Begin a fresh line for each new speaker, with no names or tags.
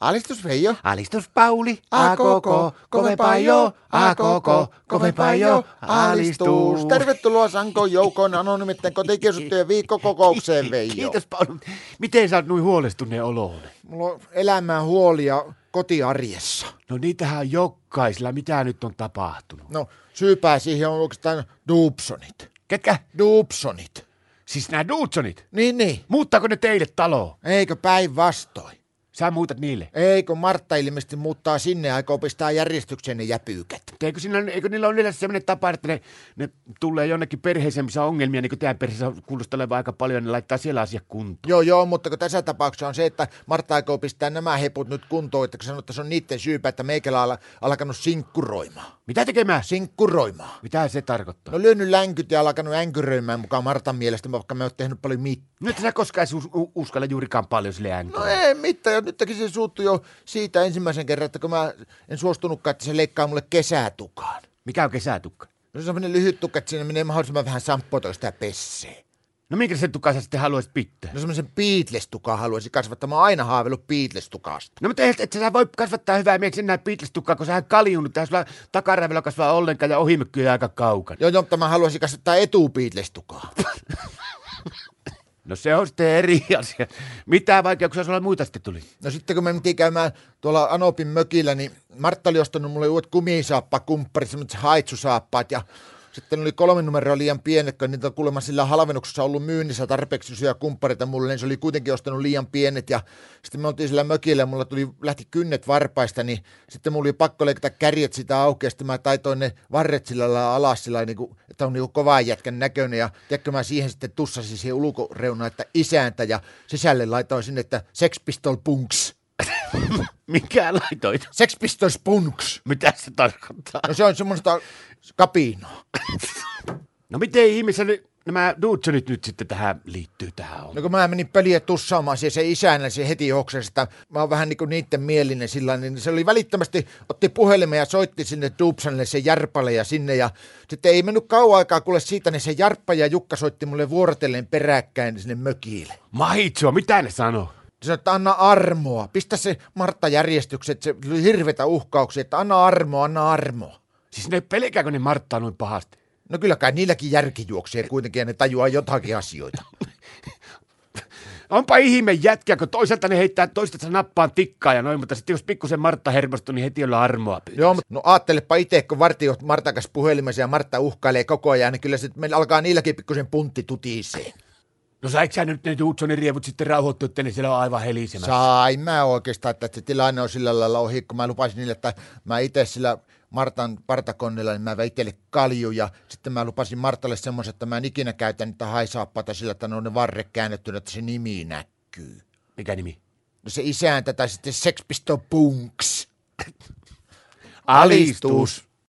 Alistus Veijo.
Alistus Pauli, a koko, kovempaa jo, a koko, kovempaa jo, alistus.
Tervetuloa Sanko Joukon anonymitten kotikiusattujen viikkokokoukseen Veijo.
Kiitos Pauli. Miten sä oot noin huolestuneen oloon?
Mulla on elämää huolia kotiarjessa.
No niitähän on jokkaisella, mitä nyt on tapahtunut.
No syypää siihen on oikeastaan Dubsonit.
Ketkä?
Dubsonit.
Siis nämä Dudsonit.
Niin niin.
Muuttaako ne teille taloon?
Eikö päinvastoin?
Sä muutat niille.
Eikö Martta ilmeisesti muuttaa sinne aikoo pistää järjestykseen ne jäpyykät?
Eikö, siinä, eikö niillä ole yleensä sellainen tapa, että ne, ne tulee jonnekin perheeseen, missä on ongelmia, niin kuin teidän perheessä on- kuulostaa olevan aika paljon, ne laittaa siellä asia kuntoon.
Joo, joo, mutta kun tässä tapauksessa on se, että Martta aikoo pistää nämä heput nyt kuntoon, että kun sanoo, että se on niiden syypä, että meikälä on al- alkanut sinkkuroimaan.
Mitä tekemään?
Sinkkuroimaan.
Mitä se tarkoittaa?
No lyönyt länkyt ja alkanut änkyröimään mukaan Martan mielestä, vaikka mä oon tehnyt paljon mitään.
Nyt sä koskaan su- u- uskalla juurikaan paljon sille
No
äänkoon.
ei mitään, ja nytkin se suuttui jo siitä ensimmäisen kerran, että kun mä en suostunutkaan, että se leikkaa mulle kesätukaan.
Mikä on kesätukka?
No se on sellainen lyhyt tukka, että siinä menee mahdollisimman vähän samppotoista ja pessee.
No minkä sen tukan sä sitten haluaisit pitää?
No semmoisen Beatles-tukaa haluaisin kasvattaa. Mä oon aina haaveillut Beatles-tukasta.
No mutta et, et sä voi kasvattaa hyvää mieksi enää Beatles-tukkaa, kun sähän kaljunut. Tähän sulla takaraivolla kasvaa ollenkaan ja ohimykky on aika kaukana.
Joo, joo, mutta mä haluaisin kasvattaa etu-Beatles-tukaa.
No se on sitten eri asia. Mitä vaikeuksia sulla muita sitten tuli?
No sitten kun me mentiin käymään tuolla Anopin mökillä, niin Martta oli ostanut mulle uudet kumisaappakumpparit, semmoiset haitsusaappaat ja sitten oli kolme numeroa liian pienet, kun niitä on kuulemma sillä halvennuksessa ollut myynnissä tarpeeksi syöä kumppareita mulle, niin se oli kuitenkin ostanut liian pienet ja sitten me oltiin sillä mökillä ja mulla tuli, lähti kynnet varpaista, niin sitten mulla oli pakko leikata kärjet sitä auki ja sitten mä taitoin ne varret sillä lailla alas sillä lailla, niin kuin, että on niin kuin kovaa jätkän näköinen ja tiedätkö mä siihen sitten tussasin siihen ulkoreunaan, että isäntä ja sisälle laitoin sinne, että Sex Pistol Punks.
Mikä laitoit?
Sex Pistols Punks.
Mitä se tarkoittaa?
No se on semmoista kapinoa.
No miten ihmisellä nyt- nämä Dudsonit nyt sitten tähän liittyy tähän on?
No kun mä menin peliä tussaamaan siihen se isänä, se heti hoksasi sitä. Mä oon vähän niinku niitten mielinen sillä lailla, niin se oli välittömästi, otti puhelimen ja soitti sinne Dubsanille se Jarpalle ja sinne. Ja sitten ei mennyt kauan aikaa kuule siitä, niin se Jarppa ja Jukka soitti mulle vuorotellen peräkkäin sinne mökille.
Maitsoa, mitä ne sanoo?
Se sanoi, että anna armoa. Pistä se Martta järjestykseen, että se tuli hirvetä uhkauksia, että anna armoa, anna armoa.
Siis ne pelkääkö ne Marttaa noin pahasti?
No kyllä kai niilläkin järki juoksee kuitenkin ja ne tajuaa jotakin asioita.
Onpa ihme jätkä, kun toiselta ne heittää toistensa nappaan tikkaa ja noin, mutta sitten jos pikkusen Martta hermostuu, niin heti olla armoa pyytää.
Joo, mutta no ajattelepa itse, kun vartiot Martan kanssa puhelimessa ja Martta uhkailee koko ajan, niin kyllä se meillä alkaa niilläkin pikkusen puntti tutisee.
No saiko sä nyt ne Dudsonin rievut sitten rauhoittua, että ne siellä on aivan helisemässä?
Sain mä oikeastaan, että se tilanne on sillä lailla ohi, kun mä lupasin niille, että mä itse sillä Martan partakonnella, niin mä vein itselle kalju ja sitten mä lupasin Martalle semmoisen, että mä en ikinä käytä niitä haisaappaita sillä, että ne on ne varre käännettynä, että se nimi näkyy.
Mikä nimi?
No se isäntä tai sitten Sex Pistol Punks.
Alistus.